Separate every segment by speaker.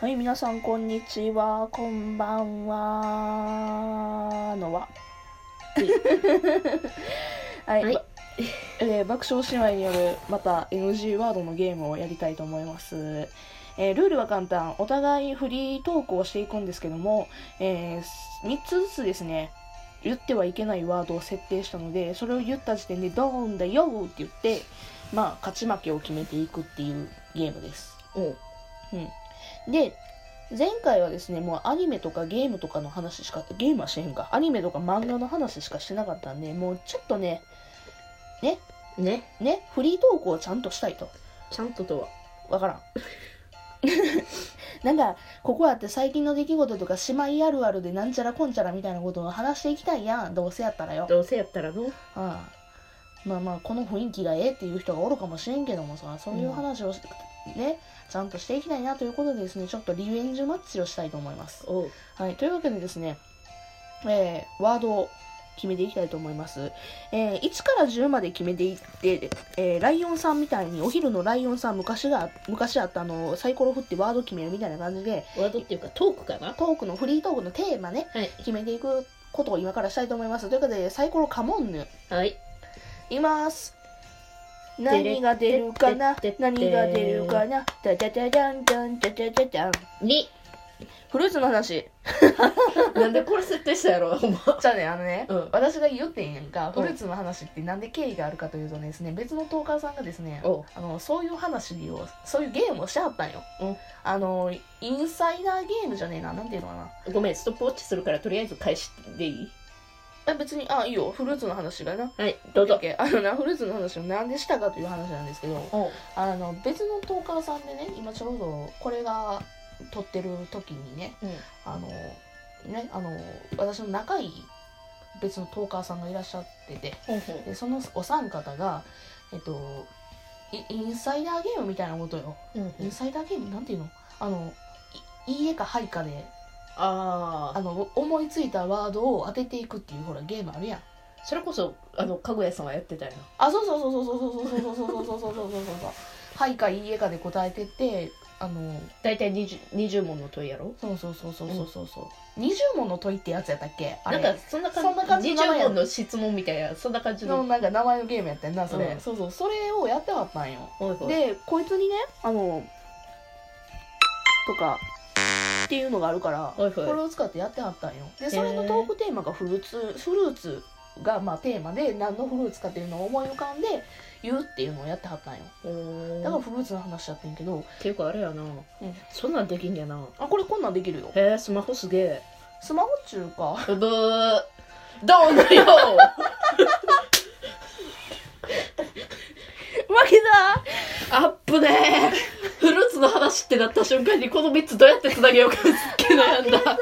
Speaker 1: はい、皆さん、こんにちは、こんばんは、のは。 はい、
Speaker 2: はい
Speaker 1: ばえー爆笑姉妹による、また NG ワードのゲームをやりたいと思います。えールールは簡単。お互いフリートークをしていくんですけども、え3つずつですね、言ってはいけないワードを設定したので、それを言った時点で、ドーンだよーって言って、まあ、勝ち負けを決めていくっていうゲームです。
Speaker 2: おう
Speaker 1: で前回はですねもうアニメとかゲームとかの話しかゲームはしてへんかアニメとか漫画の話しかしてなかったんでもうちょっとね
Speaker 2: ね
Speaker 1: ねフリートークをちゃんとしたいと
Speaker 2: ちゃんととは
Speaker 1: わからん なんかここだって最近の出来事とか姉妹あるあるでなんちゃらこんちゃらみたいなことを話していきたいやんどうせやったらよ、
Speaker 2: どうせやったらの
Speaker 1: うん、まあまあこの雰囲気がええっていう人がおるかもしれんけどもさそういう話をし、ねちゃんとしていきたいなということでですねちょっとリベンジマッチをしたいと思います
Speaker 2: おう
Speaker 1: はい、というわけでですね、えーワードを決めていきたいと思います。えー1から10まで決めていって、えーライオンさんみたいに、お昼のライオンさん昔が、昔あったあの、サイコロ振ってワード決めるみたいな感じで、
Speaker 2: ワードっていうかトークかな
Speaker 1: トークの、フリートークのテーマね、
Speaker 2: はい
Speaker 1: 決めていくことを今からしたいと思います。というわけで、サイコロカモンヌ、
Speaker 2: はい
Speaker 1: います。何が出るかな
Speaker 2: てれってって
Speaker 1: 何が出るかなダダダダンダンダダダダン。
Speaker 2: に
Speaker 1: フルーツの話。
Speaker 2: なんでこれ設定したやろほんま
Speaker 1: じゃあねあのね、
Speaker 2: うん
Speaker 1: 私が言ってんやんか
Speaker 2: う
Speaker 1: フ
Speaker 2: ん
Speaker 1: ルーツの話ってなんで経緯があるかというとですね別のトーカーさんがですね
Speaker 2: おう
Speaker 1: あのそういう話をそういうゲームをしてはったんよ、
Speaker 2: うん
Speaker 1: あのインサイダーゲームじゃねえななんていうのかな
Speaker 2: ごめんストップウォッチするからとりあえず開始でいい
Speaker 1: あ別にあいいよフルーツの話がな
Speaker 2: はいどうぞ
Speaker 1: OK あのなフルーツの話をなんでしたかという話なんですけど
Speaker 2: おう
Speaker 1: あの別のトーカーさんでね今ちょうどこれが撮ってる時にね
Speaker 2: うん
Speaker 1: あのねあの私の仲いい別のトーカーさんがいらっしゃってて
Speaker 2: ほんほん
Speaker 1: でそのお三方がえっとイインサイダーゲームみたいなことよ
Speaker 2: うんう
Speaker 1: イン
Speaker 2: ん
Speaker 1: サイダーゲームなんていうのあのいいいえかはいかで
Speaker 2: あ
Speaker 1: あの思いついたワードを当てていくっていうほらゲームあるやん
Speaker 2: あそれこそあのかぐやさんはやってたよな
Speaker 1: あそうそうそうそうそうそうそうそうそうそうそうそうそうそうそうはいかいいえかで答えてってあの
Speaker 2: 大体 20, 20問の問いやろ
Speaker 1: そうそうそうそうそうそうそう20問の問いってやつやったっけあ
Speaker 2: な
Speaker 1: れ
Speaker 2: んかそんな感じ
Speaker 1: そんな感じの名前
Speaker 2: 20
Speaker 1: や
Speaker 2: 問の質問みたいなそんな感じ
Speaker 1: の
Speaker 2: の
Speaker 1: なんか名前のゲームやったんなそれ、
Speaker 2: うん
Speaker 1: そうそうそれをやってはったんよ
Speaker 2: おいおい
Speaker 1: でこいつにねあのとかっていうのがあるから
Speaker 2: はいはい
Speaker 1: これを使ってやってはったんよで
Speaker 2: ー
Speaker 1: それのトークテーマがフルーツフルーツがまあテーマで何のフルーツかっていうのを思い浮かんで言うっていうのをやってはったんよ
Speaker 2: おー
Speaker 1: だからフルーツの話だってんけど
Speaker 2: っていうかあれやな、そんなんできんやな
Speaker 1: あこれこんなんできるよ
Speaker 2: へえスマホすげえ
Speaker 1: スマホっちゅうか
Speaker 2: ブブーどうだよ
Speaker 1: 負けだ
Speaker 2: アップねフルーツの話ってなった瞬間にこの3つどうやってつなげようかすっげえ悩んだ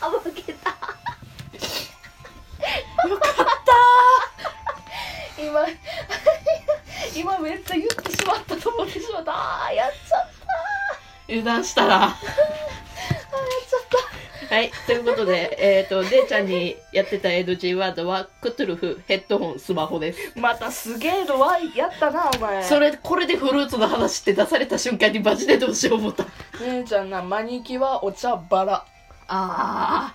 Speaker 1: あ負けた
Speaker 2: よかっ
Speaker 1: 今今めっちゃ言ってしまったと思ってしまったあーやっちゃった
Speaker 2: た油断したら
Speaker 1: あーやっちゃった
Speaker 2: はいということでえっ、と姉ちゃんにやってた NG ワードはクトゥルフヘッドホンスマホです
Speaker 1: またすげえのワイやったなお前
Speaker 2: それこれでフルーツの話って出された瞬間にマジでどうしよう思った
Speaker 1: 姉ちゃんなマニキュアお茶バラ
Speaker 2: ああ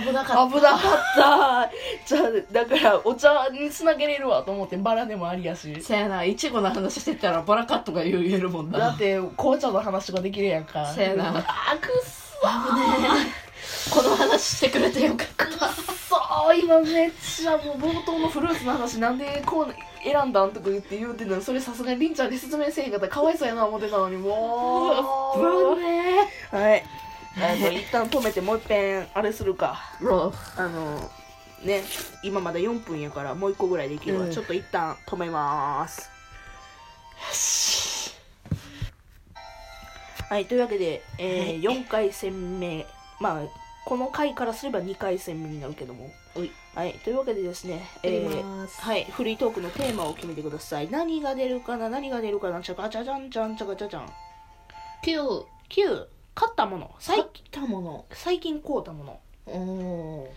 Speaker 2: 危なかっ
Speaker 1: 危なかった じゃあだからお茶につなげれるわと思ってバラでもありやした
Speaker 2: せやないちごの話してたらバラカットが言えるもんな
Speaker 1: だって紅茶の話とかできるやんか
Speaker 2: せやな
Speaker 1: あくっそ
Speaker 2: 危ねえこの話してくれてよかった
Speaker 1: そう今めっちゃもう冒頭のフルーツの話なんでこう選んだんとか言って言うてんのにそれさすがにりんちゃんに説明せえへんかったらかわいそうやな思ってたのにもう
Speaker 2: ね
Speaker 1: はいあの一旦止めてもう一遍あれするか
Speaker 2: ロ
Speaker 1: あのね今まだ4分やからもう1個ぐらいできるわ、
Speaker 2: うん
Speaker 1: ちょっと一旦止めますはいというわけで、えー4回戦目まあこの回からすれば2回戦目になるけども
Speaker 2: おい
Speaker 1: はいというわけでですね
Speaker 2: え
Speaker 1: ーはい、フリートークのテーマを決めてください。何が出るかな何が出るかなちゃかちゃちゃんちゃんちゃかちゃちゃん。
Speaker 2: ピュー
Speaker 1: 9、買ったもの。
Speaker 2: 買
Speaker 1: 最
Speaker 2: っ、たも
Speaker 1: 最近買うたもの。
Speaker 2: のおー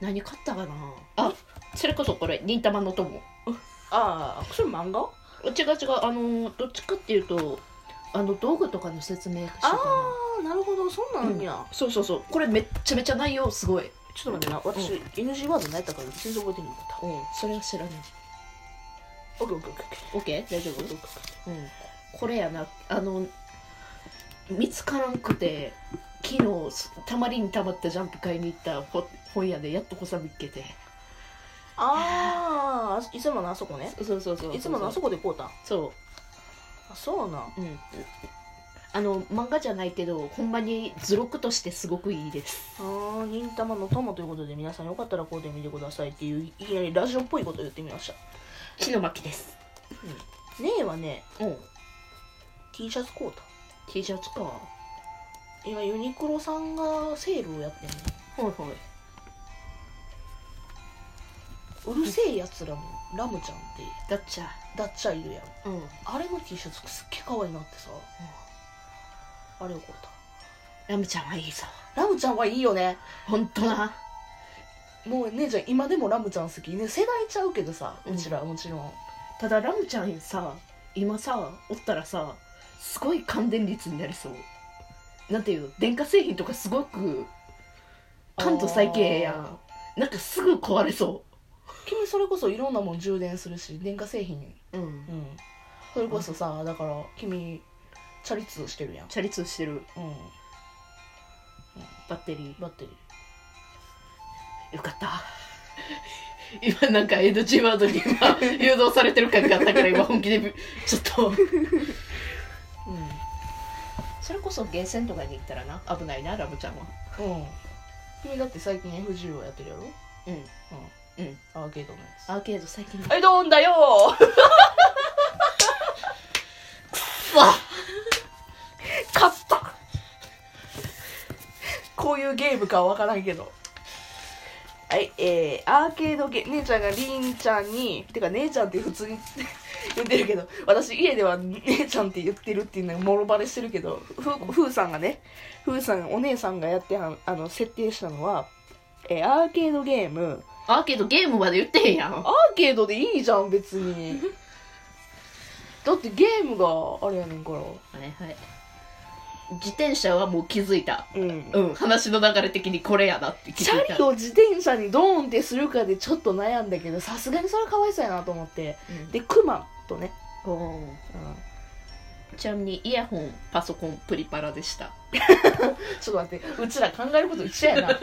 Speaker 2: 何買ったかなあそれこそこれ忍たまの友
Speaker 1: ああ、それ漫画
Speaker 2: 違う違うあのーどっちかっていうとあの道具とかの説明してた
Speaker 1: あ
Speaker 2: の
Speaker 1: あなるほどそうなんや、
Speaker 2: そうそうそうこれめっちゃめちゃ内容すごい、
Speaker 1: ちょっと待ってな私、NG ワード何やったから全然覚えてなかった
Speaker 2: それは知らない
Speaker 1: オッケーオッケーオッケーオッケ
Speaker 2: OK 大丈夫、
Speaker 1: ー
Speaker 2: うん、これやなあの見つからんくて昨日すたまりにたまったジャンプ買いに行ったほ本屋でやっとこさ見っけて
Speaker 1: ああいつものあそこね
Speaker 2: そうそうそう
Speaker 1: いつものあそこでこうたん
Speaker 2: そ
Speaker 1: あそうなん
Speaker 2: ううんあの漫画じゃないけどほんまに図録としてすごくいいです
Speaker 1: あー忍たまの友ということで皆さんよかったらこうで見てくださいっていういきなりラジオっぽいことを言ってみました
Speaker 2: 木の巻です
Speaker 1: ねえはね
Speaker 2: うん
Speaker 1: T シャツ買うた
Speaker 2: T シャツかは
Speaker 1: 今ユニクロさんがセールをやってんの
Speaker 2: いはいう
Speaker 1: るせえやつらもラムちゃんって
Speaker 2: だっちゃ
Speaker 1: ダッチャいるやん
Speaker 2: うん
Speaker 1: あれの T シャツすっげえ可愛いなってさ、あれを買う
Speaker 2: ラムちゃんはいいぞ
Speaker 1: たラムちゃんはいいよね
Speaker 2: 本当な
Speaker 1: もう姉ちゃん今でもラムちゃん好きね世代ちゃうけどさ
Speaker 2: うん
Speaker 1: うちらもちろん
Speaker 2: ただラムちゃんさ今さおったらさすごい感電率になりそうなんていうの電化製品とかすごく感度最軽や
Speaker 1: あ
Speaker 2: んなんかすぐ壊れそ
Speaker 1: 君それこそいろんなもん充電するし電化製品
Speaker 2: ううん
Speaker 1: うんそれこそさだから君チャリ通してるやん
Speaker 2: チャリ通してる
Speaker 1: うん
Speaker 2: バッテリ
Speaker 1: バッテリー
Speaker 2: ーよかった 今なんかエドジーワードに 今誘導されてる感があったから今本気でびちょっと
Speaker 1: う
Speaker 2: それこそゲーセンとかに行ったらな危ないなラムちゃんは
Speaker 1: んうん君だって最近 F10 をやってるやろ
Speaker 2: うん
Speaker 1: うん
Speaker 2: うん
Speaker 1: アーケードのやつ
Speaker 2: アーケード最近
Speaker 1: はいどんだよ
Speaker 2: わ
Speaker 1: 勝ったこういうゲームかは分からんけどはいえー、アーケードゲー姉ちゃんがりんちゃんにてか姉ちゃんって普通に 言ってるけど私家では姉ちゃんって言ってるっていうのがもろバレしてるけどふふーさんがねふーさんお姉さんがやってはんあの設定したのは、えーアーケードゲーム
Speaker 2: アーケードゲームまで言ってへんやん
Speaker 1: アーケードでいいじゃん別にだってゲームがあれやねんから
Speaker 2: はいはい自転車はもう気づいた
Speaker 1: うん
Speaker 2: うん話の流れ的にこれやなって気
Speaker 1: チ
Speaker 2: づい
Speaker 1: ャ
Speaker 2: た
Speaker 1: リを自転車にドーンってするかでちょっと悩んだけどさすがにそれかわいそうやなと思って
Speaker 2: うん
Speaker 1: でクマとね、
Speaker 2: うんちなみにイヤホンパソコンプリパラでした
Speaker 1: ちょっと待ってうちら考えること一緒やな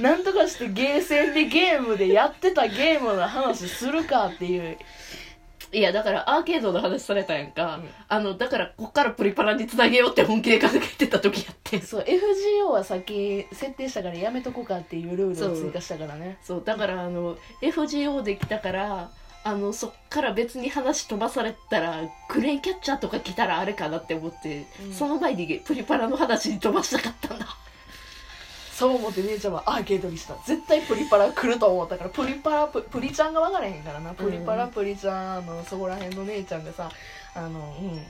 Speaker 1: なんとかしてゲーセンでゲームでやってたゲームの話するかっていう
Speaker 2: いやだからアーケードの話されたやんか、
Speaker 1: うん
Speaker 2: あのだからこっからプリパラにつなげようって本気で考えてた時やって
Speaker 1: そう FGO は先設定したからやめとこうかっていうルールを追加したからね
Speaker 2: そうだからあの FGO できたからあのそっから別に話飛ばされたらクレーンキャッチャーとか来たらあれかなって思って、
Speaker 1: うん
Speaker 2: その前にプリパラの話に飛ばしたかったんだ
Speaker 1: そう思って姉ちゃんはアーケードにした絶対プリパラ来ると思ったからプリパラププリちゃんが分からへんからなプリパラ
Speaker 2: うん
Speaker 1: プリちゃんあのそこら辺の姉ちゃんがさあのうん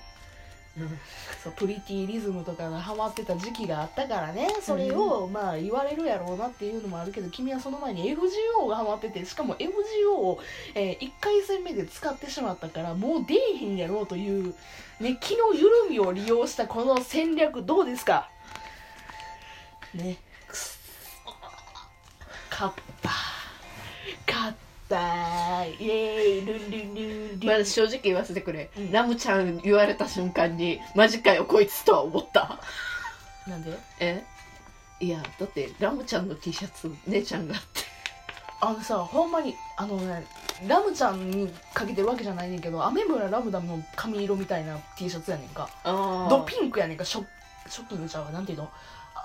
Speaker 1: そうプリティリズムとかがハマってた時期があったからねそれを、まあ言われるやろうなっていうのもあるけど君はその前に FGO がハマっててしかも FGO を、え1回戦目で使ってしまったからもう出えへんやろうという、ね、気の緩みを利用したこの戦略どうですかね勝った勝ったイエーイルンルンルンルン
Speaker 2: まあ、正直言わせてくれ、
Speaker 1: うん
Speaker 2: ラムちゃん言われた瞬間にマジかよこいつとは思った
Speaker 1: なんで
Speaker 2: えいやだってラムちゃんの T シャツ姉ちゃんがあって
Speaker 1: あのさほんまにあのねラムちゃんにかけてるわけじゃないねんけどアメムララムダムの髪色みたいな T シャツやねんか
Speaker 2: あ
Speaker 1: ド
Speaker 2: ドピ
Speaker 1: ピンクやねんかショショッキングちゃうわなんていうの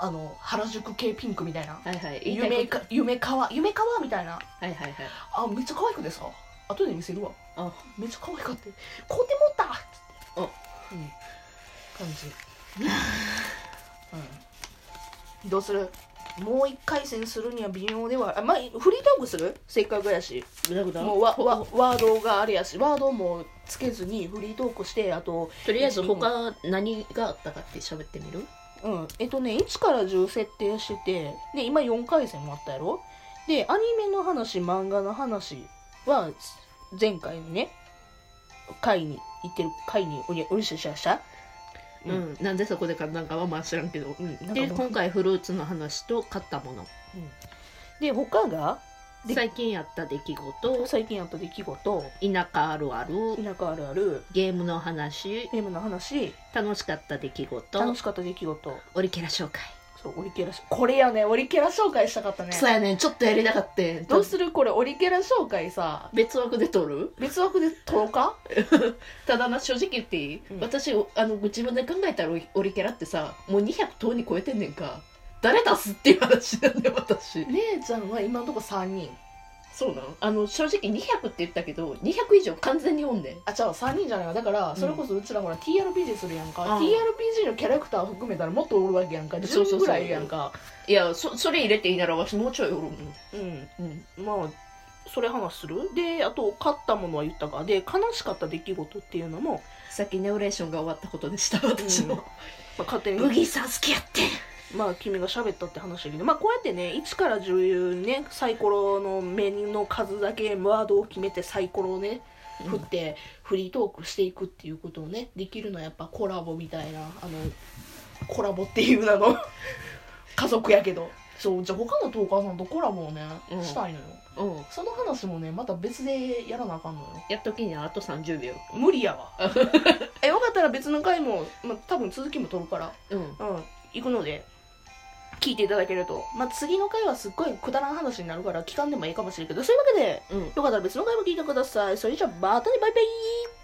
Speaker 1: あの原宿系ピンクみたいな
Speaker 2: はいはい言いたい
Speaker 1: 夢
Speaker 2: こと
Speaker 1: か夢かわ夢かわみたいな
Speaker 2: はいはいはい
Speaker 1: あめっちゃ可愛くてさ後で見せるわ
Speaker 2: あ
Speaker 1: めっちゃ可愛かった買うてもったっ
Speaker 2: あ
Speaker 1: つってうん感じうんどうするもう一回戦するには微妙ではあまあフリートークするせっかくやし
Speaker 2: グダグダ
Speaker 1: もうわわワードがあれやしワードもつけずにフリートークしてあと
Speaker 2: とりあえず他何があったかって喋ってみる
Speaker 1: うんえっとね1から10設定しててで今4回戦もあったやろでアニメの話漫画の話は前回のね回に行ってる回におりおりしゃしゃした
Speaker 2: うん
Speaker 1: うん
Speaker 2: なんでそこで買ったんかはまあ知らんけど、う
Speaker 1: な
Speaker 2: ん、
Speaker 1: んか
Speaker 2: で
Speaker 1: まあ
Speaker 2: 今回フルーツの話と買ったもの
Speaker 1: で他がで
Speaker 2: 最近やった出来事
Speaker 1: 最近あった出来事
Speaker 2: 田舎あるある
Speaker 1: 田舎あるある
Speaker 2: ゲームの話
Speaker 1: ゲームの話
Speaker 2: 楽しかった出来事
Speaker 1: 楽しかった出来事
Speaker 2: オリキャラ紹介、
Speaker 1: そうオリキャラこれやねオリキャラ紹介したかったね
Speaker 2: そうやねんちょっとやりたかった
Speaker 1: どうするこれオリキャラ紹介さ
Speaker 2: 別枠で撮る
Speaker 1: 別枠で撮ろうか
Speaker 2: ただな正直言っていい、
Speaker 1: うん
Speaker 2: 私あの自分で考えたらオリオリキャラってさもう200等に超えてんねんか誰出すっていう話なんで私
Speaker 1: 姉ちゃんは今のところ3人
Speaker 2: そうなんあの正直200って言ったけど200以上完全におんねん
Speaker 1: あ違う3人じゃないわだからそれこそうちらほら TRPG するやんか、
Speaker 2: うん
Speaker 1: TRPG のキャラクター含めたらもっとおるわけやんか
Speaker 2: そうそうそ
Speaker 1: 10
Speaker 2: う
Speaker 1: ぐらいやんか
Speaker 2: いやそそれ入れていいならわしもうちょいおるもん
Speaker 1: うんまあそれ話するであと勝ったものは言ったかで悲しかった出来事っていうのも、
Speaker 2: さっきネオレーションが終わったことでした私の、
Speaker 1: まあ、勝手に
Speaker 2: ブギーさん好きやってん
Speaker 1: まあ君が喋ったって話だけど、まあ、こうやってね1から10ねサイコロの目の数だけワードを決めてサイコロをね振ってフリートークしていくっていうことをねできるのはやっぱコラボみたいなあのコラボっていう名の 家族やけどそうじゃあ他のトーカーさんとコラボをね、
Speaker 2: うん
Speaker 1: したいのよ
Speaker 2: うん、
Speaker 1: その話もねまた別でやらなあかんのよ
Speaker 2: やっときにはあと30秒
Speaker 1: 無理や わえよかったら別の回も、まあ、多分続きも取るから
Speaker 2: うん
Speaker 1: うん、行くので聞いていただけると、まあ、次の回はすっごいくだらん話になるから聞かんでもいいかもしれんけどそういうわけで
Speaker 2: うん
Speaker 1: よかったら別の回も聞いてくださいそれじゃあまたねバイバイ